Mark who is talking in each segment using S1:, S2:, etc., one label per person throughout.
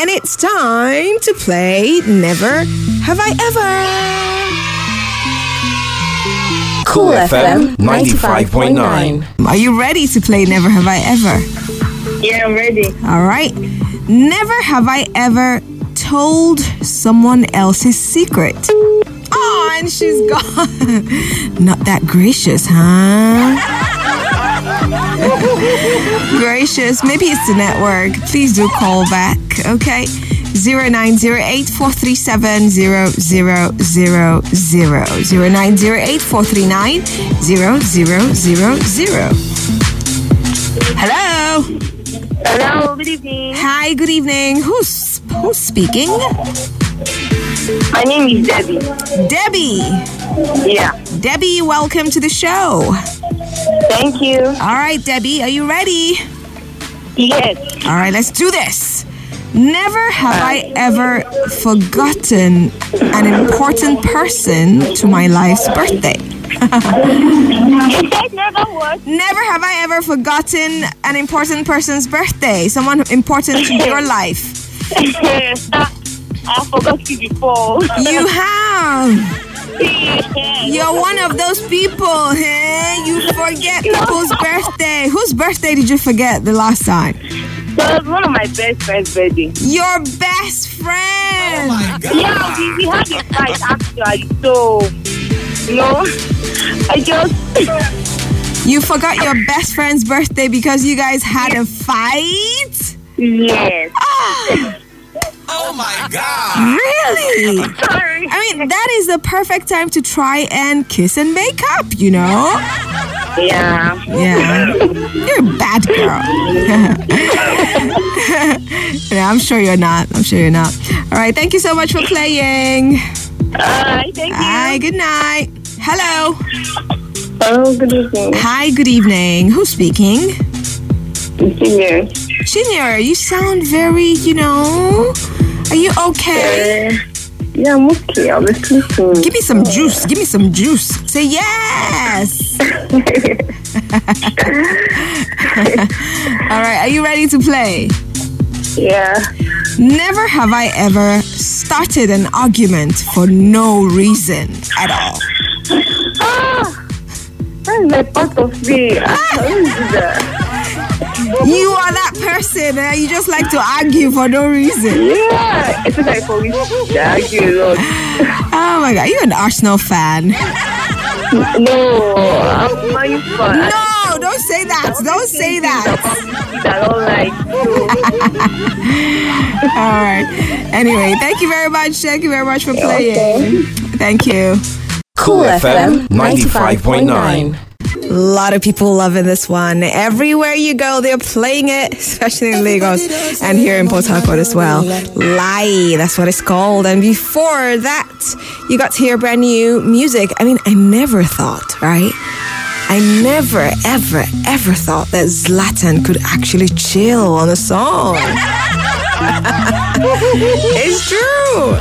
S1: And it's time to play Never Have I Ever.
S2: Cool FM 95.9.
S1: Are you ready to play Never Have I Ever?
S3: Yeah, I'm ready.
S1: All right. Never have I ever told someone else's secret. Oh, and she's gone. Not that gracious, huh? gracious. Maybe it's the network. Please do call back, okay? 0908 437 0000. 0908 439 0000. Hello.
S3: Hello, good evening.
S1: Hi, good evening. Who's who's speaking?
S3: My name is Debbie.
S1: Debbie.
S3: Yeah.
S1: Debbie, welcome to the show.
S3: Thank you.
S1: All right, Debbie, are you ready?
S3: Yes.
S1: All right, let's do this. Never have I ever forgotten an important person to my life's birthday.
S3: You said never was.
S1: Never have I ever forgotten an important person's birthday, someone important to your life.
S3: I forgot you before.
S1: You have.
S3: yes.
S1: You're one of those people, hey? You forget people's birthday. Whose birthday did you forget the last time?
S3: That was one of my best friends' birthday.
S1: Your best friend.
S3: Yeah, we, we had a fight actually, so you know, I just
S1: You forgot your best friend's birthday because you guys had a fight?
S3: yes.
S2: Oh my god!
S1: Really?
S3: Sorry.
S1: I mean, that is the perfect time to try and kiss and make up, you know?
S3: Yeah.
S1: Yeah. You're a bad girl. yeah, I'm sure you're not. I'm sure you're not. All right, thank you so much for playing.
S3: Alright, thank
S1: Hi, good night. Hello.
S3: Oh, good evening.
S1: Hi, good evening. Who's speaking?
S3: Yes.
S1: Junior, you sound very, you know. Are you okay?
S3: yeah, I'm okay. I'm listening.
S1: Give me some juice. Give me some juice. Say yes. All right, are you ready to play?
S3: yeah.
S1: Never have I ever started an argument for no reason at all.
S3: Ah! That's my part of me.
S1: You are that person. eh? You just like to argue for no reason.
S3: Yeah, Ah! it's like for me. Thank you, Lord.
S1: Oh my god, you're an Arsenal fan.
S3: No, I'm not you for I
S1: No, don't say that. Don't say that.
S3: don't like you.
S1: All right. Anyway, thank you very much. Thank you very much for playing. Thank you.
S2: Cool FM 95.9.
S1: A lot of people loving this one. Everywhere you go, they're playing it, especially in Lagos and here in Port Harcourt as well. Lie, that's what it's called. And before that, you got to hear brand new music. I mean, I never thought, right? I never, ever, ever thought that Zlatan could actually chill on a song. it's true.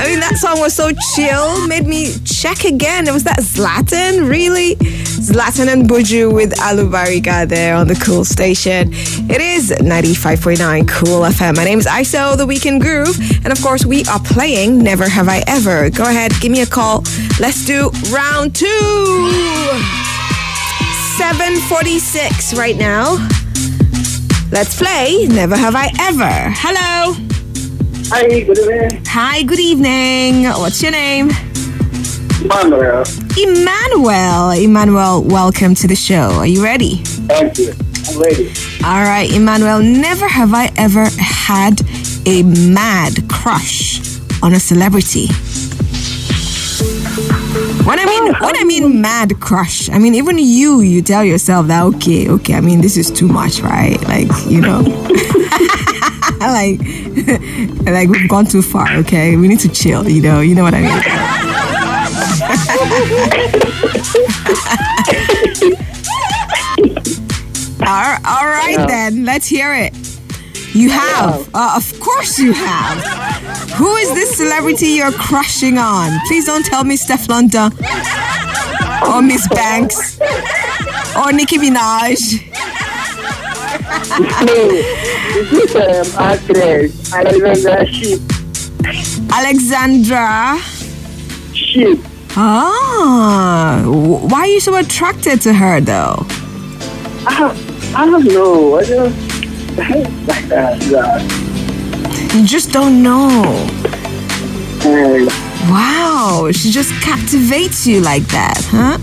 S1: I mean, that song was so chill, made me check again. It was that Zlatan, really? Zlatan and Buju with Alubarika there on the cool station. It is 95.9 Cool FM. My name is ISO, The Weekend Groove. And of course, we are playing Never Have I Ever. Go ahead, give me a call. Let's do round two. 746 right now. Let's play Never Have I Ever. Hello.
S4: Hi, good evening.
S1: Hi, good evening. What's your name?
S4: Manuel.
S1: Emmanuel. Emmanuel, welcome to the show. Are you ready?
S4: Thank you. I'm ready.
S1: All right, Emmanuel, never have I ever had a mad crush on a celebrity. When I mean when I mean mad crush, I mean even you you tell yourself that okay, okay, I mean this is too much, right? Like, you know. like like we've gone too far, okay? We need to chill, you know. You know what I mean? All, all right, then. Let's hear it. You have. Uh, of course you have. Who is this celebrity you're crushing on? Please don't tell me Steph London or Miss Banks or Nicki Minaj.
S4: This is um, actress Alexandra Sheep.
S1: Alexandra.
S4: Sheep.
S1: Ah, wh- why are you so attracted to her though?
S4: I, have- I don't know. I just like that. that.
S1: You just don't know.
S4: And
S1: Wow, she just captivates you like that, huh?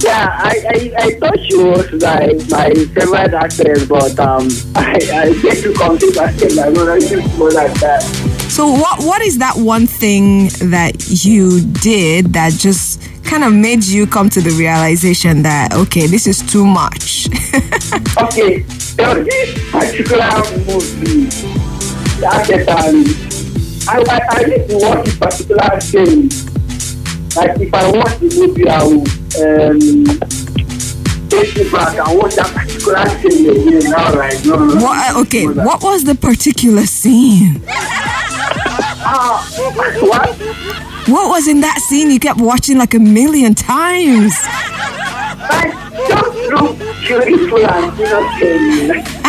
S4: yeah, I, I, I thought she was like my favorite actress, but um, I, I get to confuse actress. I don't know if it's more like that.
S1: So what what is that one thing that you did that just kind of made you come to the realization that okay, this is too much?
S4: Okay, so this particular movie, that I, I, I need to watch this particular thing. Like, if I watch the movie, I will um, take it back and watch that particular thing again. Now, like, no, no.
S1: what uh, okay, what was the particular scene?
S4: What?
S1: What was in that scene you kept watching like a million times?
S4: Like, just look beautiful and innocent.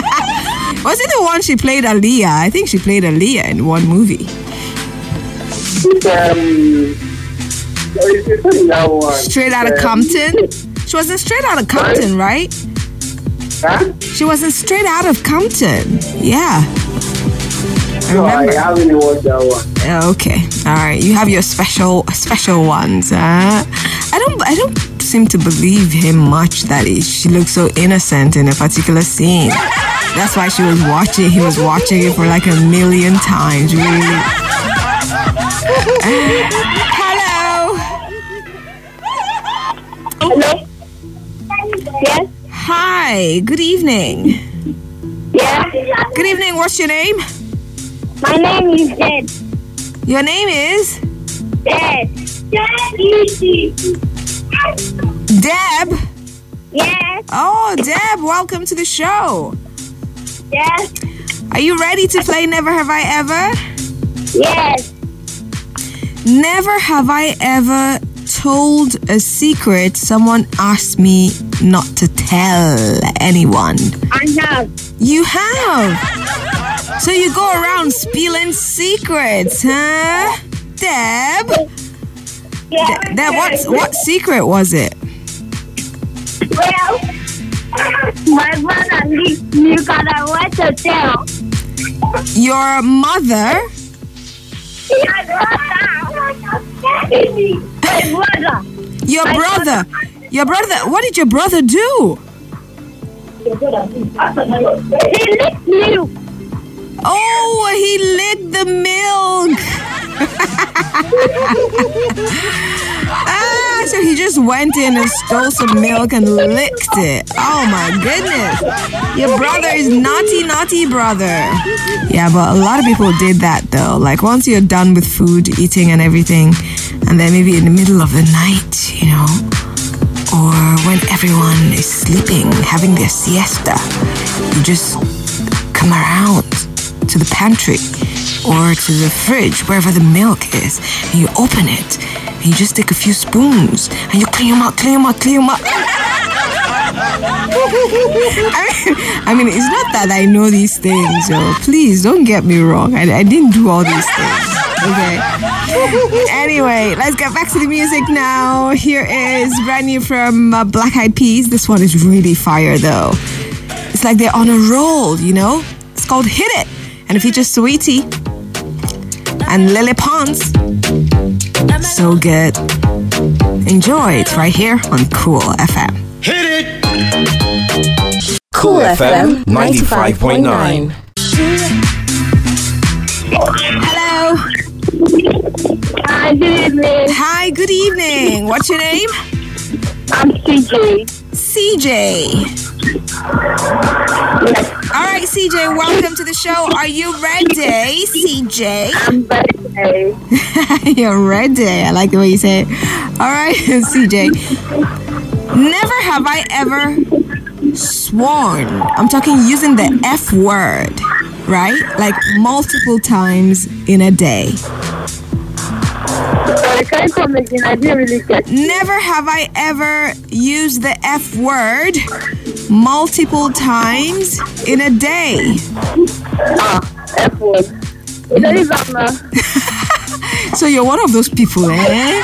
S1: Was it the one she played Aaliyah? I think she played Aaliyah in one movie.
S4: It's, um, it's, it's only that one.
S1: Straight out of
S4: Um,
S1: Compton? She wasn't straight out of Compton, right?
S4: Huh?
S1: She wasn't straight out of Compton. Yeah. I
S4: No, I
S1: remember.
S4: haven't watched that one.
S1: Yeah, Uh, Okay. All right. You have your special special ones. Huh? I don't I don't seem to believe him much that he, she looked so innocent in a particular scene. That's why she was watching. He was watching it for like a million times, really. Uh, Hello.
S3: Hello? Yes?
S1: Hi. Good evening.
S3: Yeah?
S1: Good evening. What's your name?
S3: My name is Dead.
S1: Your name is
S3: Dead. Dead.
S1: Deb.
S3: Yes?
S1: Oh, Deb, welcome to the show.
S3: Yes?
S1: Are you ready to play Never Have I Ever?
S3: Yes.
S1: Never have I ever told a secret someone asked me not to tell anyone.
S3: I have.
S1: You have. So you go around spilling secrets, huh? Deb?
S3: Yeah.
S1: De- Deb, what, what secret was it?
S3: Well, my brother lives new car. I want to tell.
S1: Your mother?
S3: Oh My brother.
S1: Your brother? Your brother? What did your brother do?
S3: He lives new.
S1: Oh, he licked the milk. ah, so he just went in and stole some milk and licked it. Oh my goodness. Your brother is naughty, naughty brother. Yeah, but a lot of people did that though. Like once you're done with food, eating, and everything, and then maybe in the middle of the night, you know, or when everyone is sleeping, having their siesta, you just come around to the pantry or to the fridge, wherever the milk is, and you open it, and you just take a few spoons, and you clean them up, clean them up, clean them up. I mean, I mean, it's not that I know these things, so please don't get me wrong. I, I didn't do all these things. Okay. Anyway, let's get back to the music now. Here is brand new from uh, Black Eyed Peas. This one is really fire, though. It's like they're on a roll, you know? It's called Hit It. And it features Sweetie and Lily Pons. So good. Enjoy it right here on Cool FM.
S2: Cool FM 95.9.
S1: Hello.
S3: Hi, good evening.
S1: Hi, good evening. What's your name?
S3: I'm CJ.
S1: CJ.
S3: Yes,
S1: All right, CJ, welcome to the show. Are you ready, CJ?
S3: I'm birthday.
S1: You're ready. I like the way you say it. All right, CJ. Never have I ever sworn. I'm talking using the F word, right? Like multiple times in a day.
S3: Sorry, can you come again? I didn't really get
S1: Never have I ever used the F word multiple times in a day?
S3: F1. There is that now.
S1: So you're one of those people, eh?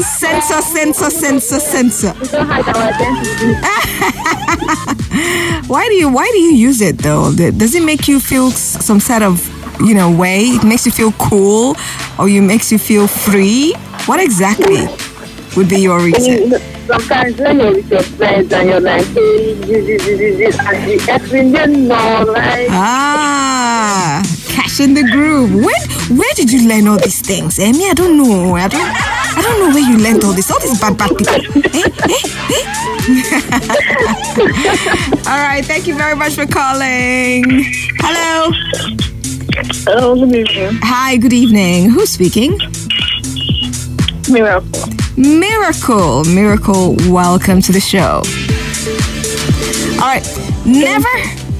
S1: Censor, censor, censor, censor.
S3: We don't hide our identity.
S1: Why do you Why do you use it though? Th- Does it make you feel s- some sort of you know way? It makes you feel cool, or you makes you feel free? What exactly would be your reason?
S3: Sometimes when you're with your friends and you're like, hey, this, this, this, this, this, and the F1, you know, like,
S1: Ah, cash in the groove. When Where did you learn all these things? Eh? Me, I don't know. I don't. I don't know where you learned all this. All these bad bad people. Eh? Eh? Eh? all right. Thank you very much for calling. Hello.
S3: oh, good evening.
S1: Hi, good evening. Who's speaking?
S3: Miracle.
S1: Miracle. Miracle, welcome to the show. All right. Never,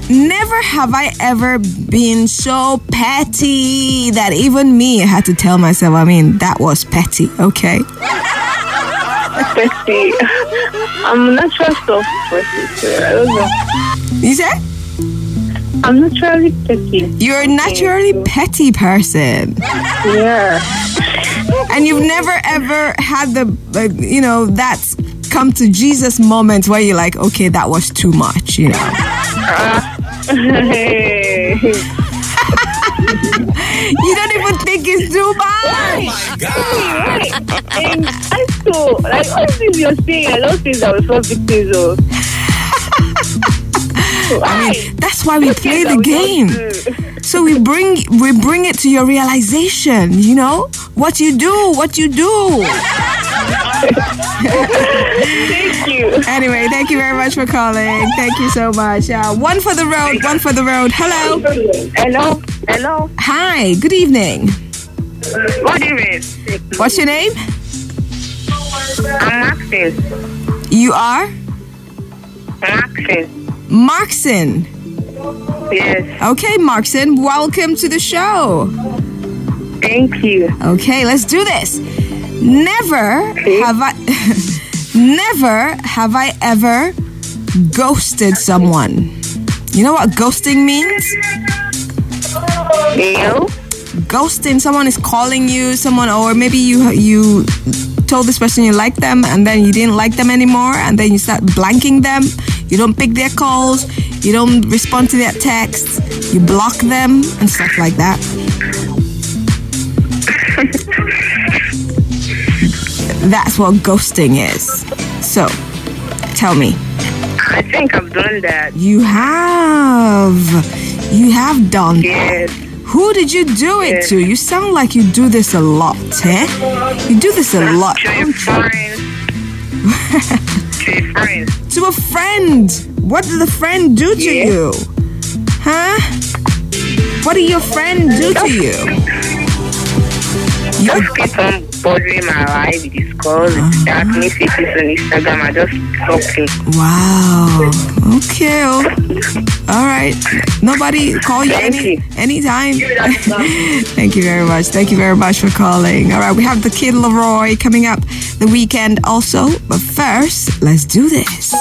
S1: never have I ever been so petty that even me had to tell myself, I mean, that was petty, okay?
S3: Bestie. I'm naturally self-expressive. so I don't know.
S1: You said?
S3: I'm naturally picky.
S1: You're a naturally petty person.
S3: Yeah.
S1: And you've never ever had the, uh, you know, that come to Jesus moment where you're like, okay, that was too much, you know?
S3: Hey.
S1: You don't even think it's too much.
S3: Right. And I so like all things you're saying, a lot of things I was not victims of. Why?
S1: That's why we play
S3: Things I
S1: the
S3: will not
S1: game.
S3: do.
S1: So we bring we bring it to your realization, you know? What you do, what you do.
S3: Thank you.
S1: Anyway, thank you very much for calling. Thank you so much. Uh, one for the road, one for the road. Hello.
S3: Hello. Hello.
S1: Hi, good evening.
S3: Good evening.
S1: What's your name?
S3: I'm Maxis.
S1: You are
S3: Maxis.
S1: Markson.
S3: Yes.
S1: Okay, Markson, welcome to the show.
S3: Thank you.
S1: Okay, let's do this. Never have I never have I ever ghosted someone. You know what ghosting means?
S3: You?
S1: Ghosting someone is calling you, someone or maybe you you told this person you like them and then you didn't like them anymore and then you start blanking them. You don't pick their calls, you don't respond to their texts, you block them and stuff like that. That's what ghosting is. So, tell me,
S3: I think I've done that.
S1: you have you have done
S3: Yes.
S1: who did you do it to? You sound like you do this a lot, eh? You do this a lot.
S3: To your friends. to your friends.
S1: To a friend. What did the friend do to
S3: Yeah.
S1: you? Huh? What did your friend do to you? You
S3: Just keep on bothering my life with his calls, his dark messages on Instagram. I just blocked him.
S1: wow. Okay. oh. All right. Nobody call you
S3: Thank
S1: any
S3: you.
S1: anytime.
S3: that some.
S1: Thank you very much. Thank you very much for calling. All right, we have the kid Leroy coming up the weekend also. But first, let's do this.